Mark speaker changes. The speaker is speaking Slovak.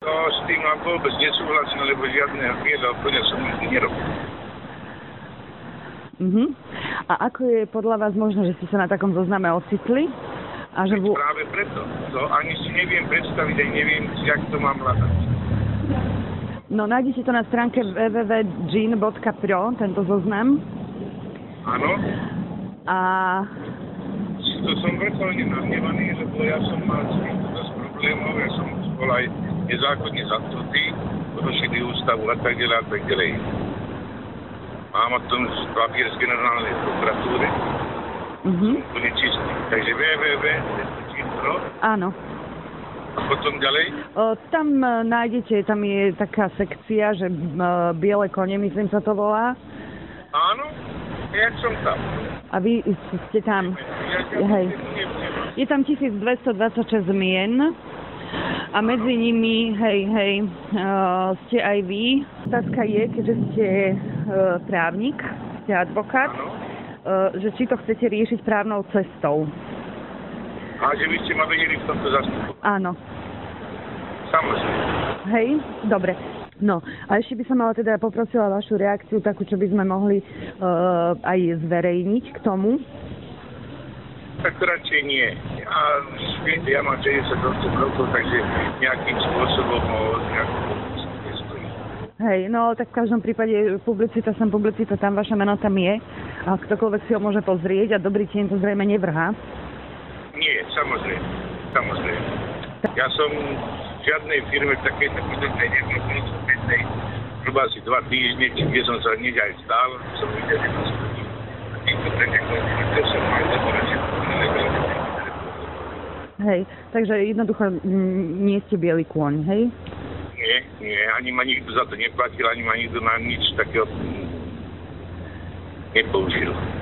Speaker 1: No, klimaatkool besneed sowel as in hulle beweer nie meer daarvan is om dit nie te doen.
Speaker 2: Mhm. A ako je podľa vás možné, že ste sa na takom zozname ocitli? A že bu...
Speaker 1: Práve preto. To ani si neviem predstaviť, aj neviem, jak to mám hľadať.
Speaker 2: No nájdete to na stránke www.gene.pro, tento zoznam.
Speaker 1: Áno,
Speaker 2: A
Speaker 1: to som vrcholne nahnevaný, lebo ja som mal s týmto dosť problémov, ja som bol aj nezákonne zatknutý, porušili ústavu a tak ďalej a tak ďalej. Mám o tom papier z generálnej prokuratúry,
Speaker 2: Hm? mhm.
Speaker 1: úplne čistý. Takže www.gene.pro
Speaker 2: áno.
Speaker 1: a potom ďalej.
Speaker 2: O, tam e, nájdete, tam je taká sekcia, že e, biele kone, myslím sa to volá.
Speaker 1: Áno, ja som tam.
Speaker 2: A vy ste tam.
Speaker 1: Ja, ja,
Speaker 2: Hej.
Speaker 1: ja,
Speaker 2: Je tam 1226 zmien a medzi nimi, hej, hej, uh, ste aj vy. Otázka je, keďže ste uh, právnik, ste advokát,
Speaker 1: Áno.
Speaker 2: uh, že či to chcete riešiť právnou cestou.
Speaker 1: A že by ste ma vedeli v tomto zastupovať.
Speaker 2: Áno,
Speaker 1: Samozrejme.
Speaker 2: hej, dobre. No a ešte by som ale teda poprosila vašu reakciu, takú, čo by sme mohli uh, aj zverejniť k tomu.
Speaker 1: Tak radšej nie. A viete, ja mám 68 rokov, takže nejakým spôsobom o nejakú pomoc nestojí.
Speaker 2: Hej, no tak v každom prípade publicita sem, publicita tam, vaše meno tam je a ktokoľvek si ho môže pozrieť a dobrý deň to zrejme nevrhá.
Speaker 1: Nie, samozrejme. Samozrejme. Ja som v žiadnej firme v takej takúto nejednotlivej zhruba asi dva týždne, či kde som sa hneď aj stál, som videl, že to splní. A týmto pre nekoľko som aj zaporačil.
Speaker 2: Hej, takže jednoducho mm, nie ste biely kôň, hej?
Speaker 1: Nie, nie, ani ma nikto za to neplatil, ani ma nikto na nič takého mm, nepoužil.